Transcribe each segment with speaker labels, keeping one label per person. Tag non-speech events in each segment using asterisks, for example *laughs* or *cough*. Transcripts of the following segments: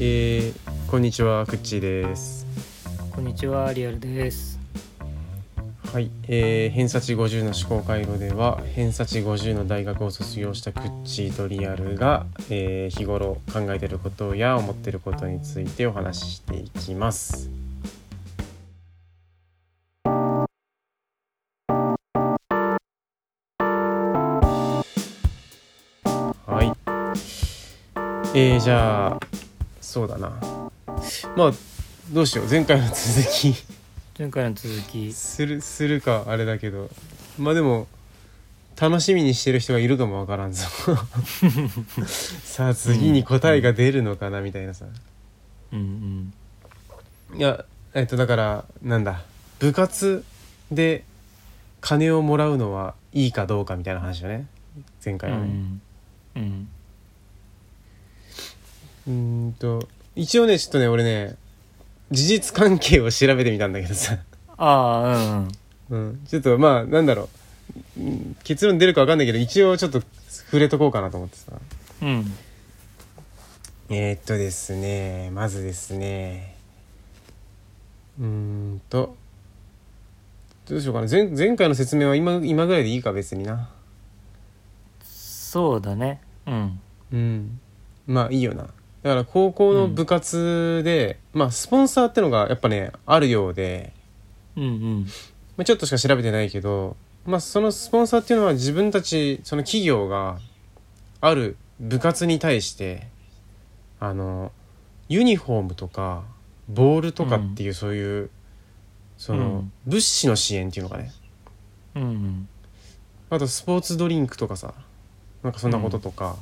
Speaker 1: えー、こんにちは、くっちーです。
Speaker 2: こんにちは、リアルです。
Speaker 1: はい、えー、偏差値50の思考回路では、偏差値50の大学を卒業したくっちーとリアルが、えー、日頃考えていることや思っていることについてお話ししていきます。はい。えー、じゃあ、そうだな。まあ、どうしよう。前回の続き。
Speaker 2: 前回の続き、
Speaker 1: するするかあれだけどまあでも楽しみにしてる人がいるかもわからん *laughs* ぞさあ次に答えが出るのかなみたいなさ
Speaker 2: うん
Speaker 1: いやえっとだからなんだ部活で金をもらうのはいいかどうかみたいな話だね前
Speaker 2: う
Speaker 1: 回はね、
Speaker 2: ん、うん、
Speaker 1: うーんと一応ねちょっとね俺ね事実関係を調べてみたんだけどさ
Speaker 2: ああ、うん、
Speaker 1: うん、ちょっとまあなんだろううん結論出るか分かんないけど一応ちょっと触れとこうかなと思ってさ
Speaker 2: うん、
Speaker 1: えー、っとですねまずですねうーんとどうしようかな前前回の説明は今今ぐらいでいいか別にな
Speaker 2: そうだね、うん、
Speaker 1: うんまあいいよなだから高校の部活で、まあスポンサーってのがやっぱねあるようで
Speaker 2: うん、うん、
Speaker 1: まあ、ちょっとしか調べてないけど、まあ、そのスポンサーっていうのは自分たちその企業がある部活に対してあのユニフォームとかボールとかっていうそういう、その、
Speaker 2: うん
Speaker 1: 物資の支援っていうのかね
Speaker 2: うん、
Speaker 1: あとスポーツドリンクとかさなんかそんなこととか、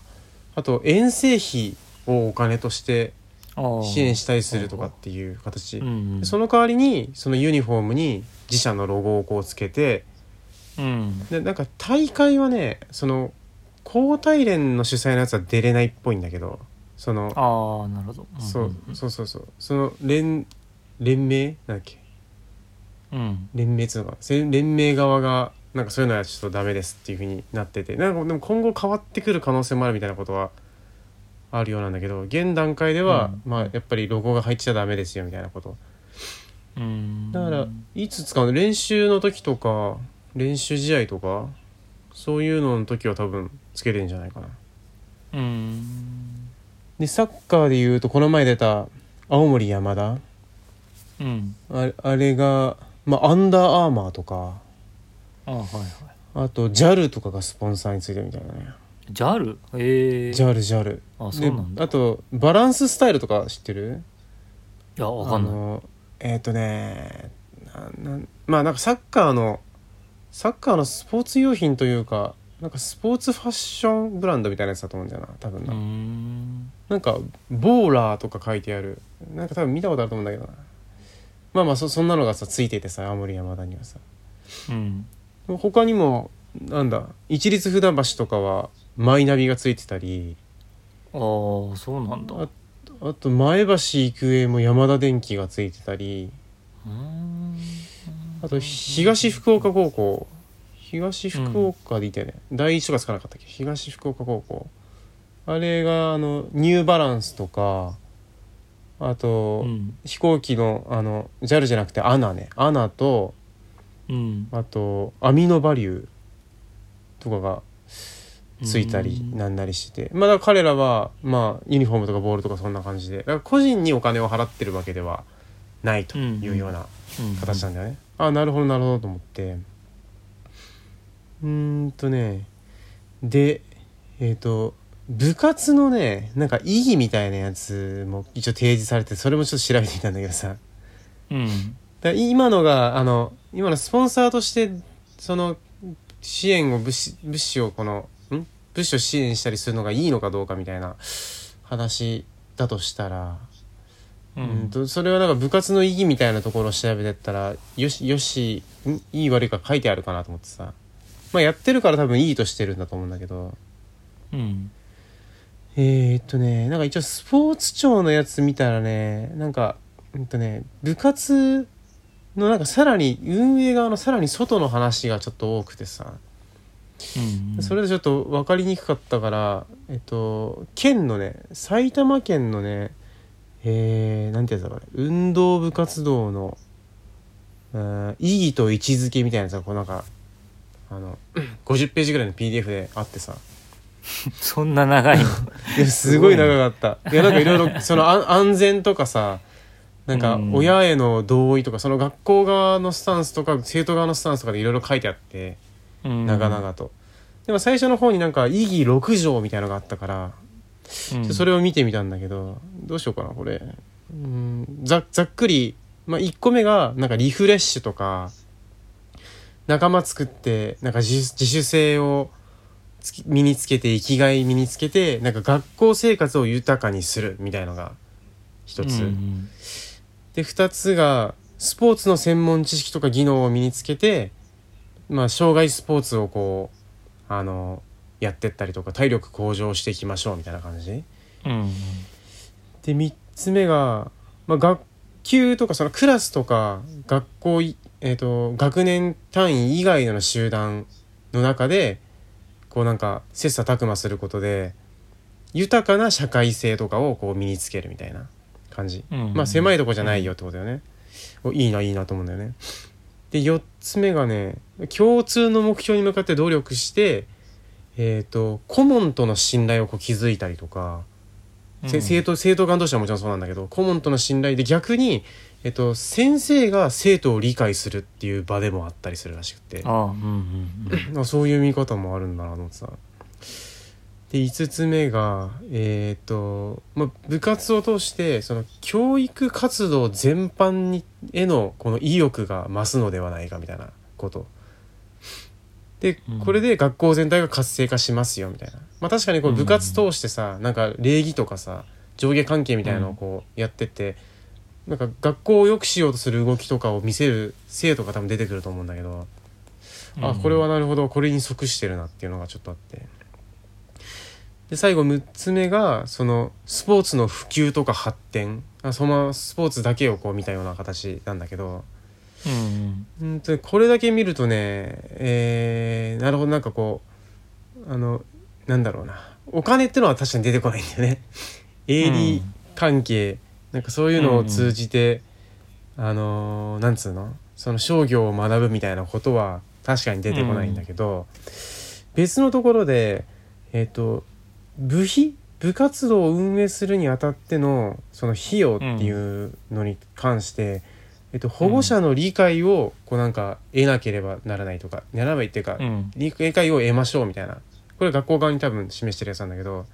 Speaker 1: あと遠征費をお金として
Speaker 2: ああ、
Speaker 1: 支援したりするとかっていう形、
Speaker 2: うん、うん、
Speaker 1: その代わりにそのユニフォームに自社のロゴをこうつけて
Speaker 2: うん、
Speaker 1: でなんか大会はねその交代連の主催のやつは出れないっぽいんだけどその
Speaker 2: ああ、なるほど、
Speaker 1: そうそうそうそうその連連盟なんだっけ
Speaker 2: うん、
Speaker 1: 連盟っつうのかせ連盟側がなんかそういうのはちょっとダメですっていうふうになっててなんかでも今後変わってくる可能性もあるみたいなことはあるようなんだけど現段階では、
Speaker 2: うん
Speaker 1: まあやっぱりロゴが入っちゃダメですよみたいなこと
Speaker 2: うん、うん、
Speaker 1: だからいつ使うの練習の時とか練習試合とかそういうのの時は多分つけてんじゃないかな
Speaker 2: うん、
Speaker 1: でサッカーでいうとこの前出た青森山田
Speaker 2: うん、
Speaker 1: あれあれが、まあ、アンダーアーマーとか
Speaker 2: ああ、はいは
Speaker 1: あと JAL とかがスポンサーについてるみたいなね
Speaker 2: い。ジャル、ええ、
Speaker 1: JALJAL
Speaker 2: あ、そうなんだ。
Speaker 1: あとバランススタイルとか知ってる
Speaker 2: いや、わかん
Speaker 1: あ
Speaker 2: ない。
Speaker 1: のえっ、とねななんまあなんかサッカーのサッカーのスポーツ用品というかなんかスポーツファッションブランドみたいなやつだと思うんだよな多分
Speaker 2: う
Speaker 1: な、
Speaker 2: ん、
Speaker 1: なんかボーラーとか書いてあるなんか多分見たことあると思うんだけどなまあまあそそんなのがさついててさ青森山田にはさ
Speaker 2: うん、
Speaker 1: 他にもなんだ一律船橋とかはマイナビがついてたり
Speaker 2: ああ、そうなんだ。
Speaker 1: ああと前橋育英も山田電機がついてたり
Speaker 2: うん、
Speaker 1: あと東福岡高校東福岡でいたよね、第一とかつかなかったっけ東福岡高校あれがあのニューバランスとかあと、
Speaker 2: うん、
Speaker 1: 飛行機のあの JAL じゃなくて ANA ね ANA と
Speaker 2: うん。
Speaker 1: あとアミノバリューとかがついたりなんなりしててまあだから彼らはまあユニフォームとかボールとかそんな感じでだから個人にお金を払ってるわけではないというような形なんだよね、あなるほどなるほどと思ってうーんとねでえっ、と部活のねなんか意義みたいなやつも一応提示されてそれもちょっと調べてみたんだけどさ
Speaker 2: うん
Speaker 1: だ今のがあの今のスポンサーとしてその支援を物資物資をこのん物資を支援したりするのがいいのかどうかみたいな話だとしたら、
Speaker 2: う
Speaker 1: うん
Speaker 2: ん
Speaker 1: とそれはなんか部活の意義みたいなところを調べてったらよしよしんいい悪いか書いてあるかなと思ってさ、まあ、やってるから多分いいとしてるんだと思うんだけど
Speaker 2: うん
Speaker 1: えー、っとねなんか一応スポーツ庁のやつ見たらねなんかうんとね部活のなんかさらに運営側のさらに外の話がちょっと多くてさ
Speaker 2: うん
Speaker 1: それでちょっと分かりにくかったからえっと県のね埼玉県のねえー、なんてやつだこれ運動部活動の、うん意義と位置づけみたいなさこうなんかあの50ページぐらいの PDF であってさ
Speaker 2: そんな長いの
Speaker 1: いやすごい長かったいやなんかいろいろそのあ安全とかさなんか
Speaker 2: うん
Speaker 1: 親への同意とかその学校側のスタンスとか生徒側のスタンスとかでいろいろ書いてあって
Speaker 2: うん
Speaker 1: 長々と、でも最初の方になんか意義6条みたいなのがあったから
Speaker 2: うん
Speaker 1: それを見てみたんだけどどうしようかなこれうんざざっくり、まあ、1個目がなんかリフレッシュとか仲間作ってなんか自自主性をつき身につけて生きがい身につけてなんか学校生活を豊かにするみたいのが一つ、
Speaker 2: うん
Speaker 1: で2つがスポーツの専門知識とか技能を身につけて、まあ、障害スポーツをこうあのやってったりとか体力向上していきましょうみたいな感じ。
Speaker 2: うん
Speaker 1: で3つ目が、まあ、学級とかそのクラスとか学校い、えー、と学年単位以外の集団の中でこうなんか切磋琢磨することで豊かな社会性とかをこう身につけるみたいな感じ、
Speaker 2: うん
Speaker 1: まあ狭いとこじゃないよってことだよね、おいいないいなと思うんだよねで4つ目がね共通の目標に向かって努力してえっ、と顧問との信頼をこう築いたりとか、せ
Speaker 2: うん
Speaker 1: 生徒生徒間同士はもちろんそうなんだけど顧問との信頼で逆に、えっと、先生が生徒を理解するっていう場でもあったりするらしくて
Speaker 2: ああうんうんうん
Speaker 1: あそういう見方もあるんだなと思ってた。で5つ目が、えっとまあ、部活を通してその教育活動全般にへのこの意欲が増すのではないかみたいなこと。で
Speaker 2: うん
Speaker 1: これで学校全体が活性化しますよみたいな、まあ、確かにこう部活通してさ、なんか礼儀とかさ上下関係みたいなのをこうやってって、なんか学校を良くしようとする動きとかを見せる生徒が多分出てくると思うんだけど、あこれはなるほどこれに即してるなっていうのがちょっとあってで最後6つ目がそのスポーツの普及とか発展あそのスポーツだけをこう見たような形なんだけど
Speaker 2: うん
Speaker 1: うんとこれだけ見るとねえーなるほどなんかこうあのなんだろうなお金ってのは確かに出てこないんだよね AD 関係、なんかそういうのを通じて、あのーなんつうのその商業を学ぶみたいなことは確かに出てこないんだけど、別のところでえっ、と部費部活動を運営するにあたってのその費用っていうのに関して、えっと、保護者の理解をこうなんか得なければならないとか、ならないっていうか、
Speaker 2: うん
Speaker 1: 理解を得ましょうみたいなこれ学校側に多分示してるやつなんだけど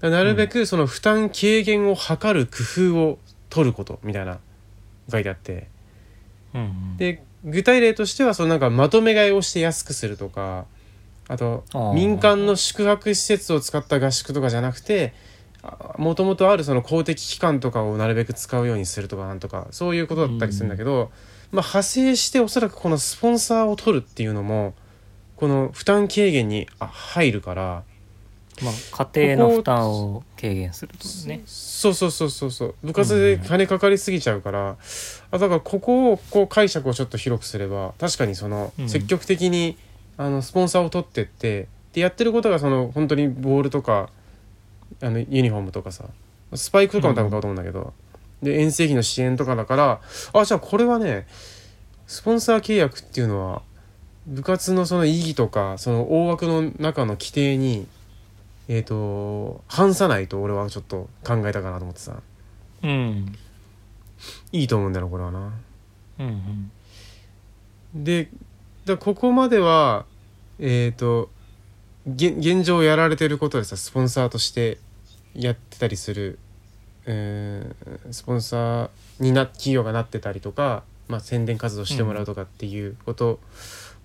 Speaker 1: だからなるべくその負担軽減を図る工夫を取ることみたいな書いてあって
Speaker 2: うん
Speaker 1: で具体例としてはそのなんかまとめ買いをして安くするとかあと
Speaker 2: あー
Speaker 1: 民間の宿泊施設を使った合宿とかじゃなくてもともとあるその公的機関とかをなるべく使うようにするとかなんとかそういうことだったりするんだけど、まあ、派生しておそらくこのスポンサーを取るっていうのもこの負担軽減にあ入るから
Speaker 2: まあ家庭の負担を軽減するとね
Speaker 1: そうそうそうそうそう部活で金かかりすぎちゃうから、あだからここをこう解釈をちょっと広くすれば確かにその
Speaker 2: うん
Speaker 1: 積極的に、あのスポンサーを取ってってでやってることがその本当にボールとかあのユニフォームとかさスパイクとかも多分買うと思うんだけど、で遠征費の支援とかだからあじゃあこれはねスポンサー契約っていうのは部活のその意義とかその大枠の中の規定にえー、と反さないと俺はちょっと考えたかなと思ってさ
Speaker 2: うん
Speaker 1: いいと思うんだよなこれはな
Speaker 2: うんうん
Speaker 1: でだここまではえっ、と現現状やられてることでさスポンサーとしてやってたりする、えースポンサーにな企業がなってたりとか、まあ、宣伝活動してもらうとかっていうこと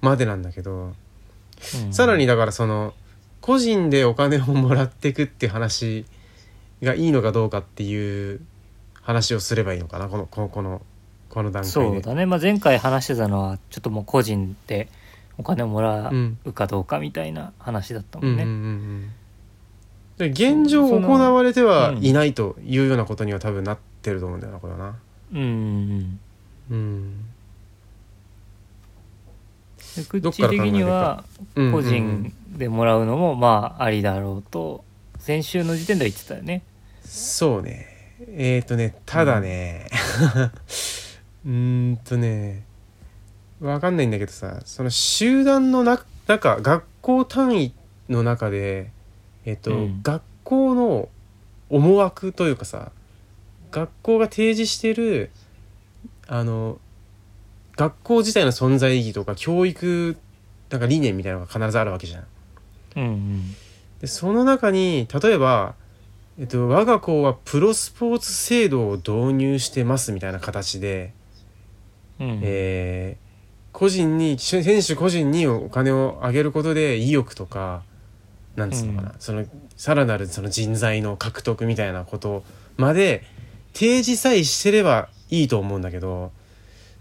Speaker 1: までなんだけど、
Speaker 2: うん
Speaker 1: さらにだからその個人でお金をもらっていくっていう話がいいのかどうかっていう話をすればいいのかなこのこのこのこの段階
Speaker 2: そう
Speaker 1: で。
Speaker 2: だね、まあ、前回話してたのはちょっともう個人でお金をもら
Speaker 1: うん
Speaker 2: うかどうかみたいな話だったも
Speaker 1: うん
Speaker 2: ん
Speaker 1: うんう
Speaker 2: ね。
Speaker 1: んで現状
Speaker 2: そ
Speaker 1: 行
Speaker 2: の
Speaker 1: われては
Speaker 2: うん
Speaker 1: いないというようなことには多分なってると思うんだよなこれはな。
Speaker 2: うんうん
Speaker 1: うん
Speaker 2: でク
Speaker 1: ど
Speaker 2: ッ
Speaker 1: っ
Speaker 2: チ
Speaker 1: から
Speaker 2: ー
Speaker 1: 考え
Speaker 2: 的
Speaker 1: るか
Speaker 2: には
Speaker 1: うんうんうん
Speaker 2: 個人でもらうのもまあありだろうと先週の時点では言ってたよね。
Speaker 1: そうねえっ、ー、とねただねうーんとねわかんないんだけどさその集団のな中学校単位の中でえっ、と、
Speaker 2: うん
Speaker 1: 学校の思惑というかさ学校が提示してるあの学校自体の存在意義とか教育なんか理念みたいなのが必ずあるわけじゃん。
Speaker 2: うん
Speaker 1: でその中に例えば、えっと、我が校はプロスポーツ制度を導入してますみたいな形で、
Speaker 2: うんうん
Speaker 1: えー個人に選手個人にお金をあげることで意欲とかなんつうのかな、
Speaker 2: う
Speaker 1: そのさらなるその人材の獲得みたいなことまで提示さえしてればいいと思うんだけど、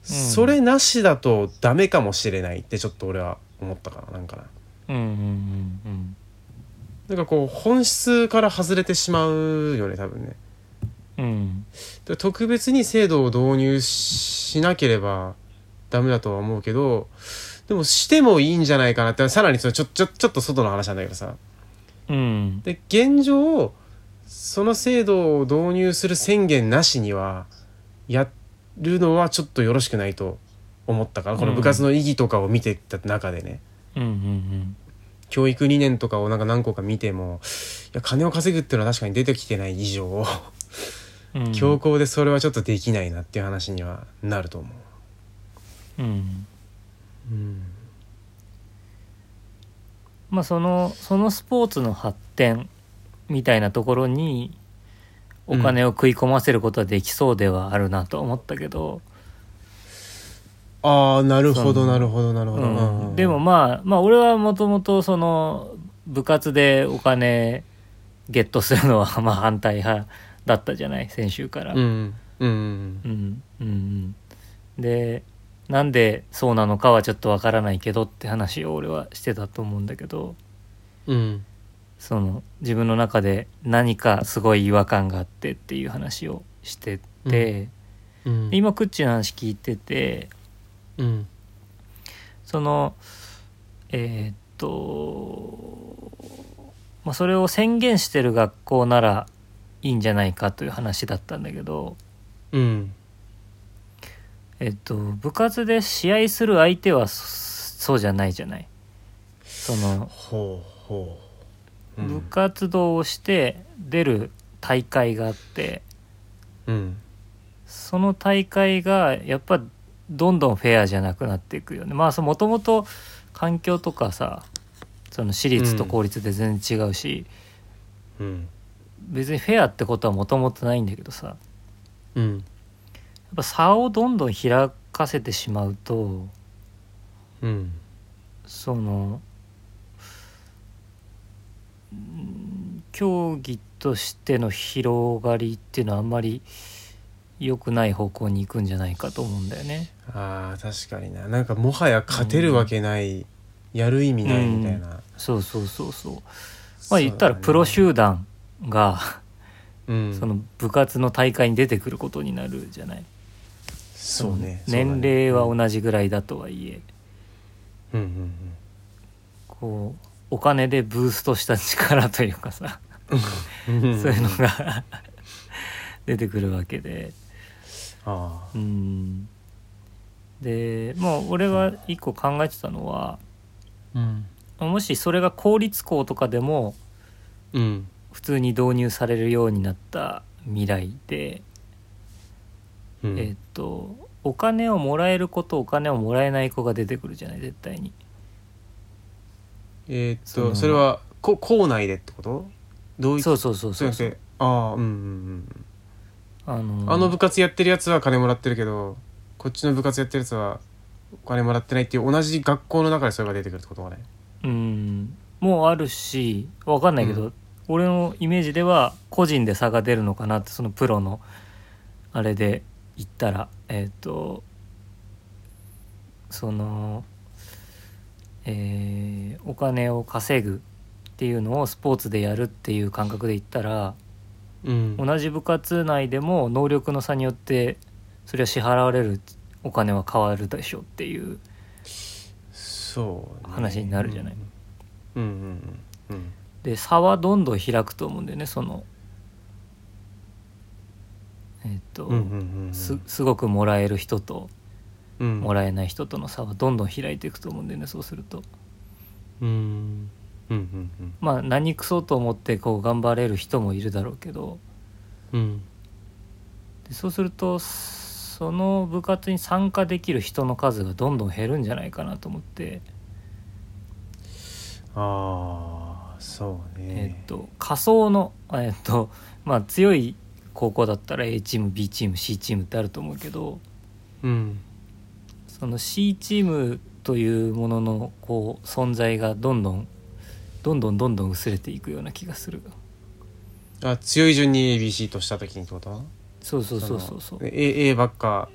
Speaker 1: それなしだとダメかもしれないってちょっと俺は思ったかななんかな。
Speaker 2: うんうんうん
Speaker 1: なんかこう本質から外れてしまうよね多分ね
Speaker 2: うんうん
Speaker 1: で特別に制度を導入しなければダメだとは思うけどでもしてもいいんじゃないかなってさらにそのちょちょちょっと外の話なんだけどさ
Speaker 2: うん
Speaker 1: で現状その制度を導入する宣言なしにはやるのはちょっとよろしくないと思ったからこの部活の意義とかを見てた中でね、
Speaker 2: うんうん
Speaker 1: 教育理念とかをなんか何個か見てもいや金を稼ぐっていうのは確かに出てきてない以上
Speaker 2: うん
Speaker 1: 強行でそれはちょっとできないなっていう話にはなると思
Speaker 2: うん
Speaker 1: う。うん
Speaker 2: まあそのそのスポーツの発展みたいなところにお金を食い込ませることはできそうではあるなと思ったけど、
Speaker 1: ああなるほ
Speaker 2: そ
Speaker 1: ど
Speaker 2: う
Speaker 1: なるほどなるほど。うんうん
Speaker 2: でもまあまあ俺はもともとその部活でお金ゲットするのはまあ反対派だったじゃない先週から。
Speaker 1: うんうん
Speaker 2: うんうんうんでなんでそうなのかはちょっとわからないけどって話を俺はしてたと思うんだけど
Speaker 1: うん
Speaker 2: その自分の中で何かすごい違和感があってっていう話をしてて、
Speaker 1: うん
Speaker 2: で今クッチの話聞いてて
Speaker 1: うん
Speaker 2: そのえーっと、まあ、それを宣言してる学校ならいいんじゃないかという話だったんだけど、
Speaker 1: うん
Speaker 2: えっと、部活で試合する相手はそそうじゃないじゃない。その
Speaker 1: ほうほう。うん
Speaker 2: 部活動をして出る大会があって
Speaker 1: うん
Speaker 2: その大会がやっぱどんどんフェアじゃなくなっていくよね。まあもともと環境とかさその私立と公立で全然違うし、
Speaker 1: うん
Speaker 2: 別にフェアってことはもともとないんだけどさやっ
Speaker 1: うん
Speaker 2: ぱ差をどんどん開かせてしまうと
Speaker 1: うん
Speaker 2: そのうん競技としての広がりっていうのはあんまり良くない方向に行くんじゃないかと思うんだよね。
Speaker 1: ああ確かにななんかもはや勝てるわけない、やる意味ないみたいな。
Speaker 2: そうそうそうそう。ま
Speaker 1: そうだ
Speaker 2: あ
Speaker 1: ね
Speaker 2: 言ったらプロ集団が
Speaker 1: うん
Speaker 2: その部活の大会に出てくることになるじゃない。
Speaker 1: そうね
Speaker 2: その年齢は
Speaker 1: じ
Speaker 2: 同じぐらいだとはいえ、
Speaker 1: うんうん
Speaker 2: こうお金でブーストした力というかさ、
Speaker 1: うん *laughs* うん
Speaker 2: そういうのが *laughs* 出てくるわけで。
Speaker 1: あ
Speaker 2: う
Speaker 1: あ
Speaker 2: んでもう俺は一個考えてたのは
Speaker 1: うん
Speaker 2: もしそれが公立校とかでも
Speaker 1: うん
Speaker 2: 普通に導入されるようになった未来で、
Speaker 1: うん
Speaker 2: えっとお金をもらえる子とお金をもらえない子が出てくるじゃない絶対に。
Speaker 1: えーっ
Speaker 2: その
Speaker 1: とそれはこ校内でってことどうい
Speaker 2: そうそうそうそう
Speaker 1: そうやってああうんうん
Speaker 2: あ
Speaker 1: うん
Speaker 2: の
Speaker 1: あの部活やってるやつは金もらってるけどこっちの部活やってるやつはお金もらってないっていう同じ学校の中でそれが出てくるってことかね
Speaker 2: うんもうあるしわかんないけど、
Speaker 1: う
Speaker 2: 俺のイメージでは個人で差が出るのかなってそのプロのあれで言ったらえっ、とそのえーお金を稼ぐっていうのをスポーツでやるっていう感覚で言ったら
Speaker 1: うん
Speaker 2: 同じ部活内でも能力の差によってそれは支払われるお金は変わるでしょっていう
Speaker 1: そう、
Speaker 2: 話になるじゃない
Speaker 1: うんうんうん
Speaker 2: で差はどんどん開くと思うんだよねそのえっと、
Speaker 1: うんうんうん
Speaker 2: すすごくもらえる人と
Speaker 1: うん
Speaker 2: もらえない人との差はどんどん開いていくと思うんだよねそうすると。
Speaker 1: うんうんうんうん
Speaker 2: まあ何くそと思ってこう頑張れる人もいるだろうけど
Speaker 1: うん
Speaker 2: でそうするとその部活に参加できる人の数がどんどん減るんじゃないかなと思って、
Speaker 1: ああそう
Speaker 2: え
Speaker 1: ね
Speaker 2: っと、仮想の、えっとまあ、強い高校だったら A チーム B チーム C チームってあると思うけど
Speaker 1: うん
Speaker 2: その C チームというもののこう存在がどんどんどんどんどんどん薄れていくような気がする。
Speaker 1: あ強い順に ABC とした時にってこと
Speaker 2: そうそうそうそうそう
Speaker 1: の A, A ばっか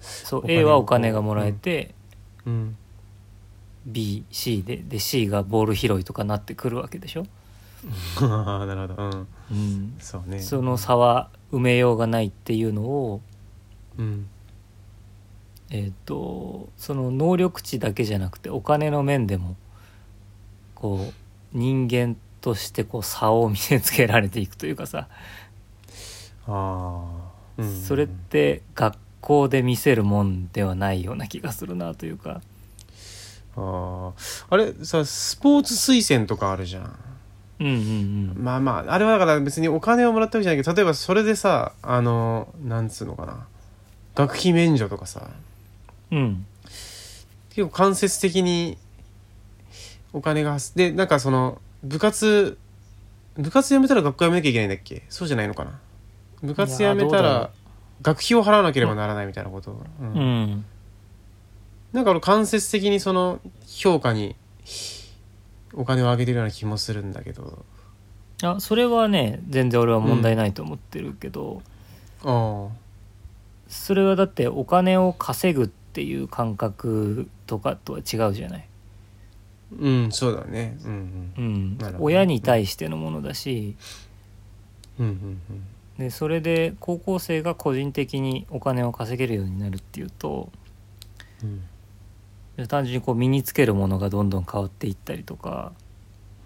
Speaker 2: そう
Speaker 1: お金
Speaker 2: A はお金がもらえて、
Speaker 1: うん
Speaker 2: BC でで C がボール拾いとかなってくるわけでしょ、
Speaker 1: あー *laughs* なるほどうん
Speaker 2: うん、
Speaker 1: そうね
Speaker 2: その差は埋めようがないっていうのを、
Speaker 1: うん
Speaker 2: えー、とその能力値だけじゃなくてお金の面でもこう人間としてこう差を見せつけられていくというかさ、
Speaker 1: ああ、うん、
Speaker 2: それって学校で見せるもんではないような気がするなというか
Speaker 1: あーあれさスポーツ推薦とかあるじゃん
Speaker 2: うんうんうん
Speaker 1: まあまああれはだから別にお金をもらったわけじゃないけど例えばそれでさあのなんつうのかな学費免除とかさ
Speaker 2: うん
Speaker 1: 結構間接的にお金が発でなんかその部活部活辞めたら学校辞めなきゃいけないんだっけそうじゃないのかな部活辞め
Speaker 2: いやどう
Speaker 1: た
Speaker 2: だろう
Speaker 1: ら学費を払わなければならないみたいなこと、うん
Speaker 2: うん
Speaker 1: なんか俺間接的にその評価にお金をあげてるような気もするんだけど
Speaker 2: あそれはね全然俺は問題ないと思ってるけど、
Speaker 1: あ
Speaker 2: それはだってお金を稼ぐっていう感覚とかとは違うじゃない、
Speaker 1: あうんそうだねうん
Speaker 2: うん
Speaker 1: なるほど
Speaker 2: 親に対してのものだし
Speaker 1: うんうんうんうん
Speaker 2: でそれで高校生が個人的にお金を稼げるようになるっていうと
Speaker 1: うん
Speaker 2: 単純にこう身につけるものがどんどん変わっていったりとか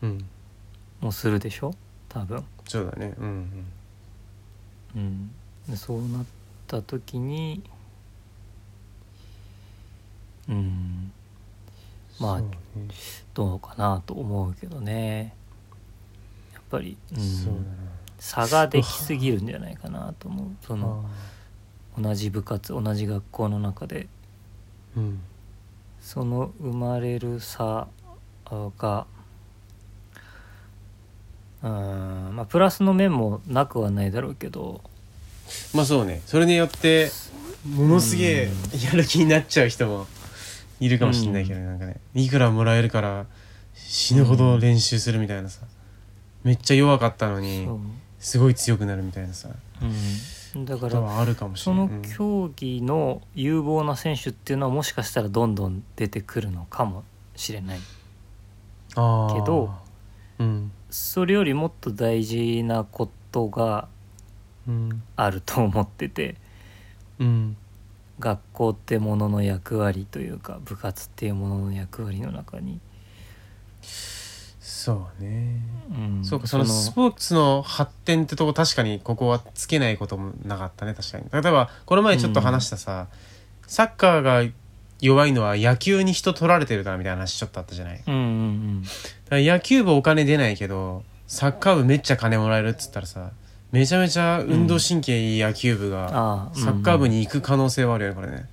Speaker 1: うん
Speaker 2: もするでしょ多分、
Speaker 1: そうだねうんうん
Speaker 2: うん、でそうなった時にうんまあ
Speaker 1: そうね
Speaker 2: どうかなと思うけどねやっぱり、うん
Speaker 1: そうだな
Speaker 2: 差ができすぎるんじゃないかなと思うその同じ部活同じ学校の中で
Speaker 1: あーうん
Speaker 2: その生まれる差がうーんまあプラスの面もなくはないだろうけど
Speaker 1: まあそうねそれによってものすげえやる気になっちゃう人もいるかもしれないけど、なんかねいくらもらえるから死ぬほど練習するみたいなさめっちゃ弱かったのに
Speaker 2: そう、
Speaker 1: すごい強くなるみたいなさ
Speaker 2: うん、だか
Speaker 1: こと
Speaker 2: ら
Speaker 1: はあるかもし
Speaker 2: そ
Speaker 1: れない
Speaker 2: の競技の有望な選手っていうのはもしかしたらどんどん出てくるのかもしれない
Speaker 1: うん、
Speaker 2: けど
Speaker 1: あーうん
Speaker 2: それよりもっと大事なことが
Speaker 1: うん
Speaker 2: あると思ってて
Speaker 1: うん
Speaker 2: 学校ってものの役割というか部活っていうものの役割の中に、
Speaker 1: そうね、
Speaker 2: うん
Speaker 1: そうかそのスポーツの発展ってとこ確かにここはつけないこともなかったね確かに例えばこの前ちょっと話したさ、サッカーが弱いのは野球に人取られてるからみたいな話ちょっとあったじゃないだか
Speaker 2: うんうん
Speaker 1: ら野球部お金出ないけどサッカー部めっちゃ金もらえるっつったらさめちゃめちゃ運動神経いい野球部
Speaker 2: うん
Speaker 1: が
Speaker 2: ああ
Speaker 1: サッカー部
Speaker 2: うんうん
Speaker 1: に行く可能性はあるよねこれね、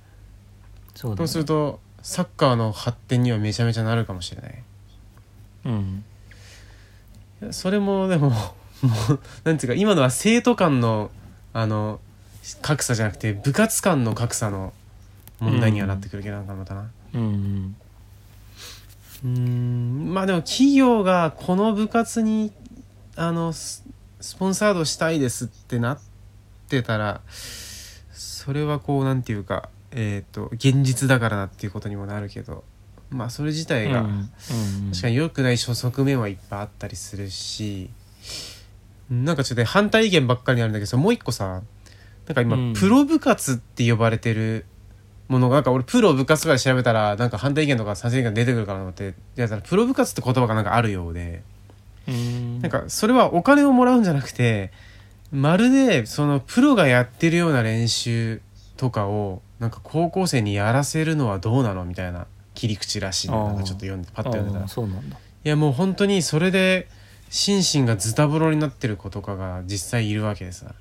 Speaker 2: そうだ
Speaker 1: そう
Speaker 2: ね
Speaker 1: するとサッカーの発展にはめちゃめちゃなるかもしれない
Speaker 2: うん
Speaker 1: いやそれもでも *laughs* もうなんていうか今のは生徒間のあの格差じゃなくて部活間の格差の問題にはなってくるけど、なんかまたな
Speaker 2: うんうん
Speaker 1: うーんまあでも企業がこの部活にあのススポンサードしたいですってなってたらそれはこうなんていうかえっ、と現実だからなっていうことにもなるけどまあそれ自体が、
Speaker 2: うんうん
Speaker 1: 確かに良くない側面はいっぱいあったりするしなんかちょっとね反対意見ばっかりになるんだけどさもう一個さなんか今、
Speaker 2: うん
Speaker 1: プロ部活って呼ばれてるものがなんか俺プロ部活とかで調べたらなんか反対意見とか賛成意見が出てくるかなと思ってやったらプロ部活って言葉がなんかあるようで
Speaker 2: うん
Speaker 1: なんかそれはお金をもらうんじゃなくてまるでそのプロがやってるような練習とかをなんか高校生にやらせるのはどうなのみたいな切り口らしいの
Speaker 2: あー
Speaker 1: なんかちょっと読んでパッと読んでたら
Speaker 2: あーそうなんだ
Speaker 1: いやもう本当にそれで心身がズタボロになってる子とかが実際いるわけでさ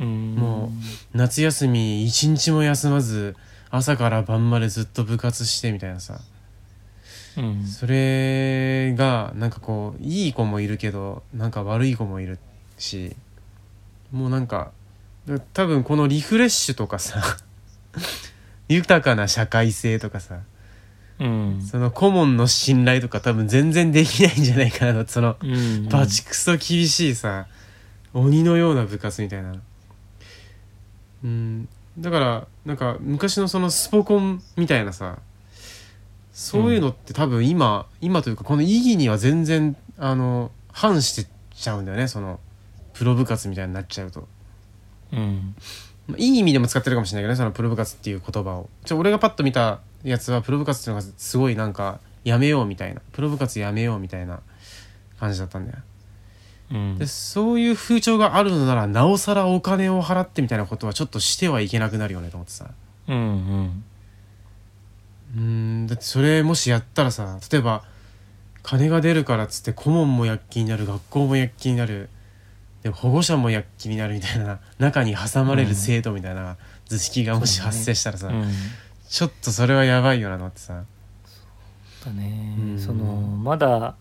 Speaker 2: うーん
Speaker 1: も夏休み一日も休まず朝から晩までずっと部活してみたいなさ
Speaker 2: う、ん、
Speaker 1: それがなんかこういい子もいるけどなんか悪い子もいるしもうなんか多分このリフレッシュとかさ *laughs* 豊かな社会性とかさ
Speaker 2: うん
Speaker 1: その顧問の信頼とか多分全然できないんじゃないかなとその
Speaker 2: うん
Speaker 1: バチクソ厳しいさ鬼のような部活みたいなうんだからなんか昔のそのスポコンみたいなさそういうのって多分今、今というかこの意義には全然あの反してっちゃうんだよねそのプロ部活みたいになっちゃうと、
Speaker 2: うん
Speaker 1: まあいい意味でも使ってるかもしれないけどねそのプロ部活っていう言葉をちょ俺がパッと見たやつはプロ部活っていうのがすごいなんかやめようみたいなプロ部活やめようみたいな感じだったんだよ
Speaker 2: うん
Speaker 1: でそういう風潮があるのならなおさらお金を払ってみたいなことはちょっとしてはいけなくなるよねと思ってさ
Speaker 2: うんうん
Speaker 1: うーんだってそれもしやったらさ例えば金が出るからっつって顧問も躍起になる学校も躍起になるで保護者も躍起になるみたいな中に挟まれる制度みたいな図式がもし発生したらさ、
Speaker 2: うん
Speaker 1: ちょっとそれはやばいよなと思ってさ
Speaker 2: だね、
Speaker 1: うん
Speaker 2: そのまだ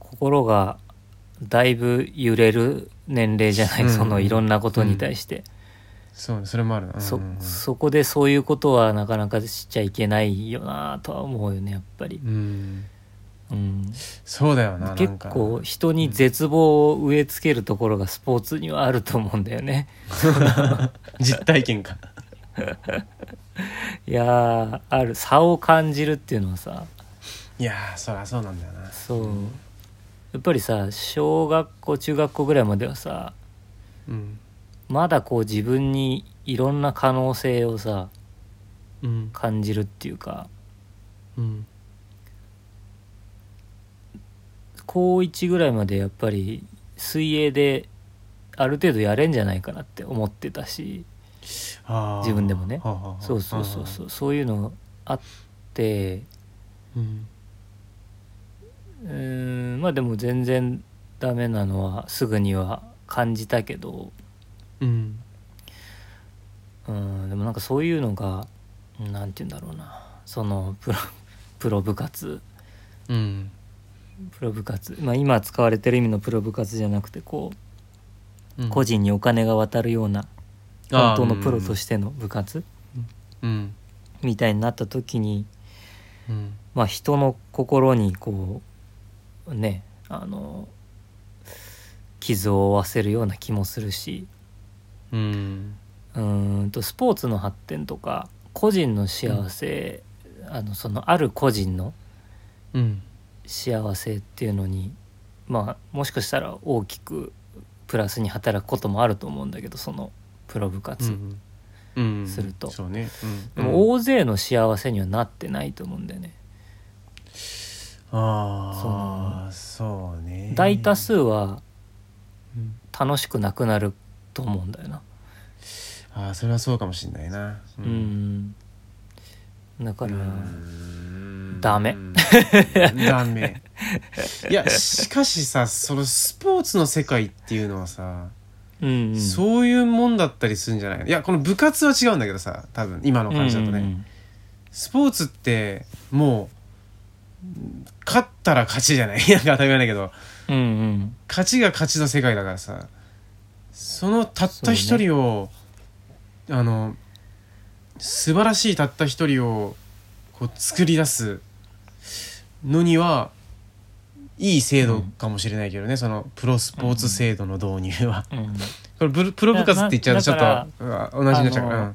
Speaker 2: 心がだいぶ揺れる年齢じゃない、
Speaker 1: うん
Speaker 2: そのいろんなことに対して、
Speaker 1: そうねそれもあるな
Speaker 2: そ
Speaker 1: うんうんうん
Speaker 2: そこでそういうことはなかなかしちゃいけないよなとは思うよねやっぱり、
Speaker 1: うん
Speaker 2: うん、
Speaker 1: そうだよなな
Speaker 2: 結
Speaker 1: んか
Speaker 2: 構人に絶望を植え付けるところがスポーツにはあると思うんだよね
Speaker 1: 実体験か
Speaker 2: いやーある差を感じるっていうのはさ
Speaker 1: いやーそりゃそうなんだよな
Speaker 2: そうやっぱりさ小学校中学校ぐらいまではさ
Speaker 1: うん
Speaker 2: まだこう自分にいろんな可能性をさ
Speaker 1: うん
Speaker 2: 感じるっていうか
Speaker 1: うん
Speaker 2: 高1ぐらいまでやっぱり水泳である程度やれんじゃないかなって思ってたし
Speaker 1: あー
Speaker 2: 自分でもね
Speaker 1: はあはあはあ
Speaker 2: そうそうそうそうそういうのあって
Speaker 1: うん
Speaker 2: うーんまあでも全然ダメなのはすぐには感じたけど
Speaker 1: うん
Speaker 2: うんでもなんかそういうのがなんて言うんだろうなそのプロプロ部活
Speaker 1: うん
Speaker 2: プロ部活、まあ、今使われてる意味のプロ部活じゃなくてこ
Speaker 1: うん
Speaker 2: う個人にお金が渡るような
Speaker 1: あ
Speaker 2: 本
Speaker 1: ー
Speaker 2: 当のプロとしての部活
Speaker 1: うん
Speaker 2: みたいになった時に、
Speaker 1: うん
Speaker 2: まあ、人の心にこうねあの傷を負わせるような気もするし
Speaker 1: うん
Speaker 2: うーんとスポーツの発展とか個人の幸せ、あのそのある個人の
Speaker 1: うん
Speaker 2: 幸せっていうのにまあもしかしたら大きくプラスに働くこともあると思うんだけどそのプロ部
Speaker 1: う
Speaker 2: 活、
Speaker 1: んうん
Speaker 2: すると
Speaker 1: そうね
Speaker 2: で
Speaker 1: うん
Speaker 2: も大勢の幸せにはなってないと思うんだよね、
Speaker 1: ああそうね
Speaker 2: 大多数は
Speaker 1: うん
Speaker 2: 楽しくなくなると思うんだよな
Speaker 1: ああそれはそうかもしれないなう
Speaker 2: うんだから、
Speaker 1: うん
Speaker 2: ダメ
Speaker 1: ダメいやしかしさそのスポーツの世界っていうのはさ
Speaker 2: うんうん、
Speaker 1: そういうもんだったりするんじゃないのいやこの部活は違うんだけどさ多分今の感じだとね、
Speaker 2: うんうん
Speaker 1: スポーツってもう勝ったら勝ちじゃない *laughs* なんか当たり前だけど
Speaker 2: うんうん
Speaker 1: 勝ちが勝ちの世界だからさそのたった一人を、あの素晴らしいたった一人をこう作り出すのにはいい制度かもしれないけどね、そのプロスポーツ制度の導入は、
Speaker 2: うん
Speaker 1: これブルプロ部活って言っちゃうとちょっ
Speaker 2: だだ
Speaker 1: とうん同じになっちゃうから、
Speaker 2: あの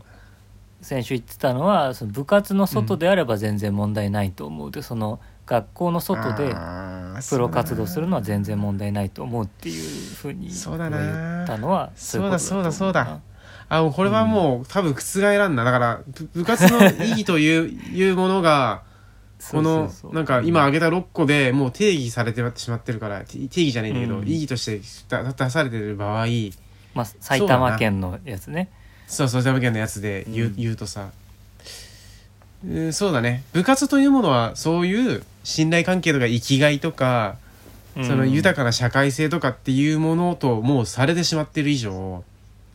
Speaker 2: 先週言ってたのはその部活の外であれば全然問題ないと思うで、その学校の外でプロ活動するのは全然問題ないと思うっていうふうに
Speaker 1: そうだな
Speaker 2: 言ったのはいこと
Speaker 1: そうだ
Speaker 2: と思
Speaker 1: そうだそうだあもうこれはもう、多分覆らんなだからぶ部活の意義といういうものがこの
Speaker 2: *laughs* そうそうそう
Speaker 1: なんか今挙げた6個でもう定義されてしまってるからて定義じゃないんだけど、
Speaker 2: うん
Speaker 1: 意義として出出されてる場合
Speaker 2: まあ、埼玉県のやつね
Speaker 1: そうそう埼玉県のやつで言う,、
Speaker 2: うん
Speaker 1: 言うとさ、うん、そうだね部活というものはそういう信頼関係とか生きがいとか、その豊かな社会性とかっていうものともうされてしまってる以上、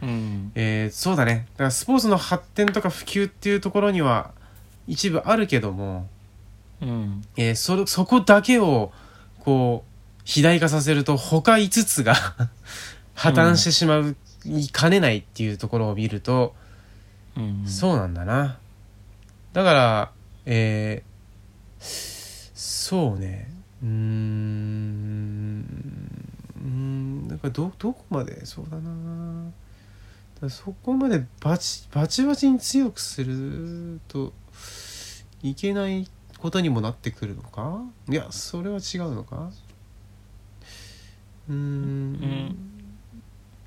Speaker 2: かうん
Speaker 1: えーそうだねだからスポーツの発展とか普及っていうところには一部あるけども、
Speaker 2: うん
Speaker 1: えーそれそこだけをこう肥大化させると他5つが *laughs* 破綻してしまう、かねないっていうところを見ると、
Speaker 2: うん
Speaker 1: そうなんだなだからえーそうねうーんうーんなんかどどこまでそうだなだからそこまでバチバチバチに強くするといけないことにもなってくるのかいやそれは違うのかうーん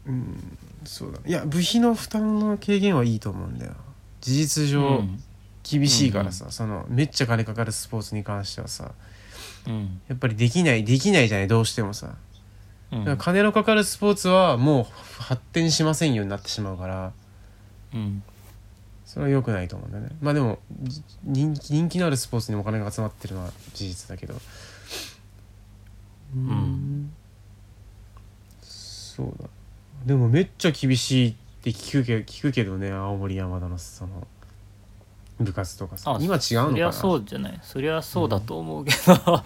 Speaker 1: うんそうだいや部費の負担の軽減はいいと思うんだよ事実
Speaker 2: う
Speaker 1: 上
Speaker 2: ん
Speaker 1: 厳しいからさ、そのめっちゃ金かかるスポーツに関してはさ
Speaker 2: うん
Speaker 1: やっぱりできないできないじゃないどうしてもさ、
Speaker 2: うん
Speaker 1: だから金のかかるスポーツはもう発展しませんようになってしまうから
Speaker 2: うん
Speaker 1: それは良くないと思うんだよねまあでもじ人気人気のあるスポーツにもお金が集まってるのは事実だけどうーんそうだでもめっちゃ厳しいって聞くけ聞くけどね青森山田のその部活とかさ
Speaker 2: あ
Speaker 1: 今違うの
Speaker 2: そ
Speaker 1: か
Speaker 2: り
Speaker 1: な
Speaker 2: ゃそうじゃないそりゃそうだと思うけど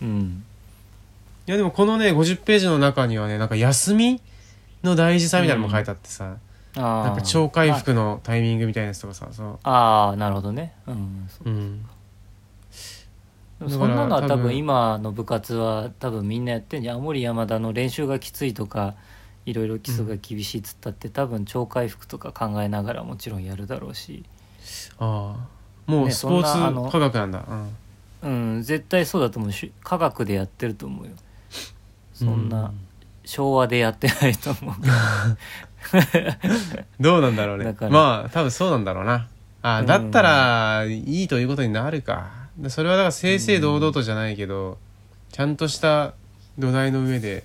Speaker 1: うん
Speaker 2: うん
Speaker 1: いやでもこのね50ページの中にはねなんか休みの大事さみたいなのも書いてあってさ、
Speaker 2: ああ
Speaker 1: なんか超回復のタイミングみたいなやつとかさそ
Speaker 2: ああなるほどねうん
Speaker 1: う、うん、
Speaker 2: そそんなのは
Speaker 1: だから
Speaker 2: 多
Speaker 1: 多分
Speaker 2: 分今の部活は多分みんなやってんじゃん青森山田の練習がきついとかいろいろ基礎が厳しいっつったって、多分超回復とか考えながらもちろんやるだろうし
Speaker 1: ああもう
Speaker 2: ね
Speaker 1: スポー
Speaker 2: そんなあの
Speaker 1: ツ科学なんだうん
Speaker 2: うん絶対そうだと思うし科学でやってると思うよそんな昭和でやってないと思う
Speaker 1: *laughs*
Speaker 2: けど
Speaker 1: どうなんだろうね
Speaker 2: だから
Speaker 1: まあ多分そうなんだろうなああだったらいいということになるかでそれはだから正々堂々とじゃないけど、ちゃんとした土台の上で、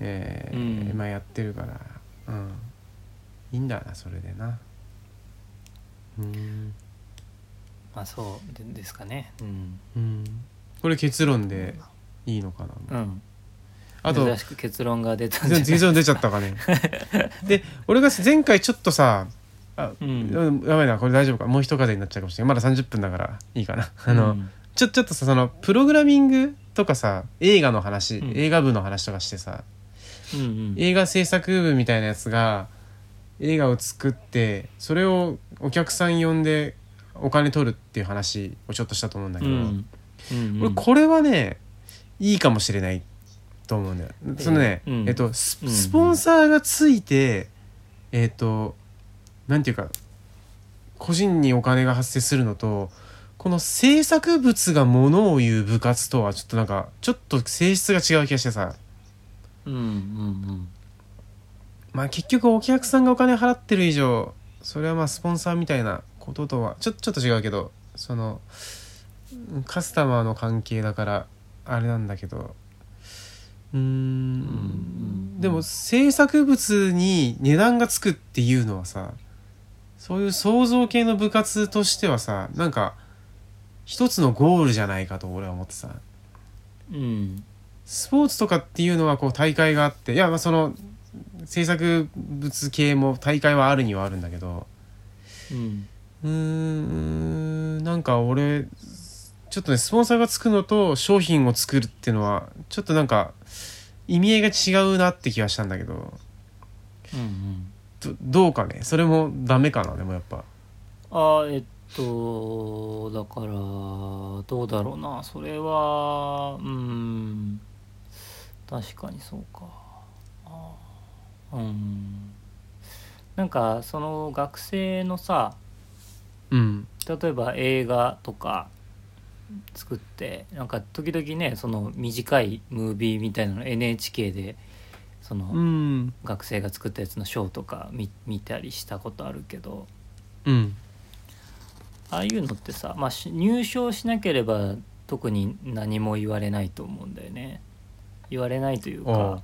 Speaker 1: えー
Speaker 2: うん
Speaker 1: まあやってるから、うん、いいんだなそれでなうん
Speaker 2: まあそうでですかねうん、
Speaker 1: うんこれ結論でいいのかな、
Speaker 2: うん、
Speaker 1: あと
Speaker 2: 珍しく結論が出たんじゃない
Speaker 1: 結論出ちゃったか
Speaker 2: *laughs*
Speaker 1: ねで俺が前回ちょっとさあ
Speaker 2: うん
Speaker 1: うんやばいなこれ大丈夫かもう一風になっちゃうかもしれないまだ30分だからいいかなあの、
Speaker 2: うん
Speaker 1: ちょちょっとさそのプログラミングとかさ映画の話、
Speaker 2: うん
Speaker 1: 映画部の話とかしてさ
Speaker 2: うん
Speaker 1: 映画制作部みたいなやつが映画を作ってそれをお客さん呼んでお金取るっていう話をちょっとしたと思うんだ
Speaker 2: う
Speaker 1: けど、
Speaker 2: んうん
Speaker 1: 俺これはねいいかもしれないと思うんだよ。そのね、
Speaker 2: うん
Speaker 1: えっとス
Speaker 2: うん
Speaker 1: スポンサーがついて、えっとなんていうか個人にお金が発生するのとこの制作物がものを言う部活とはちょっとなんかちょっと性質が違う気がしてさ、
Speaker 2: うんうん
Speaker 1: まあ、結局お客さんがお金払ってる以上それはまあスポンサーみたいなこととはちょちょっと違うけどそのうんカスタマーの関係だからあれなんだけどうーん
Speaker 2: うん
Speaker 1: でも制作物に値段がつくっていうのはさそういう創造系の部活としてはさなんか一つのゴールじゃないかと俺は思ってさ
Speaker 2: うんうん
Speaker 1: スポーツとかっていうのはこう大会があっていやまあその制作物系も大会はあるにはあるんだけど
Speaker 2: うん
Speaker 1: うーんなんか俺ちょっとねスポンサーがつくのと商品を作るっていうのはちょっとなんか意味合いが違うなって気がしたんだけど
Speaker 2: うんうん
Speaker 1: どどうかねそれもダメかなでもやっぱ
Speaker 2: あえっとだからどうだろうなそれはうん確かにそうかあーうんなんかその学生のさ
Speaker 1: うん
Speaker 2: 例えば映画とか作ってなんか時々ねその短いムービーみたいなの NHK でその、
Speaker 1: うん
Speaker 2: 学生が作ったやつのショーとか見見たりしたことあるけど
Speaker 1: うん
Speaker 2: ああいうのってさ、まあ、し入賞しなければ特に何も言われないと思うんだよね言われないという
Speaker 1: あ
Speaker 2: か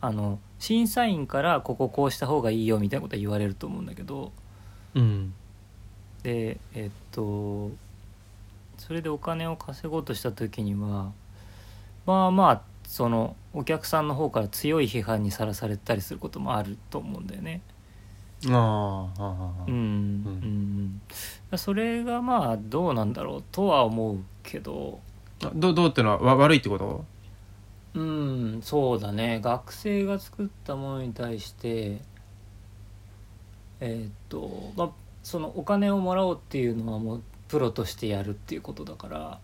Speaker 2: あの審査員からこここうした方がいいよみたいなことは言われると思うんだけど
Speaker 1: うん
Speaker 2: でえっとそれでお金を稼ごうとした時にはまあまあそのお客さんの方から強い批判にさらされたりすることもあると思うんだよね。
Speaker 1: ああああああ
Speaker 2: うんうん、それがまあどうなんだろうとは思うけど
Speaker 1: あどどうってのはわ悪いってこと
Speaker 2: うんそうだね学生が作ったものに対してえーっとまあそのお金をもらおうっていうのはもうプロとしてやるっていうことだから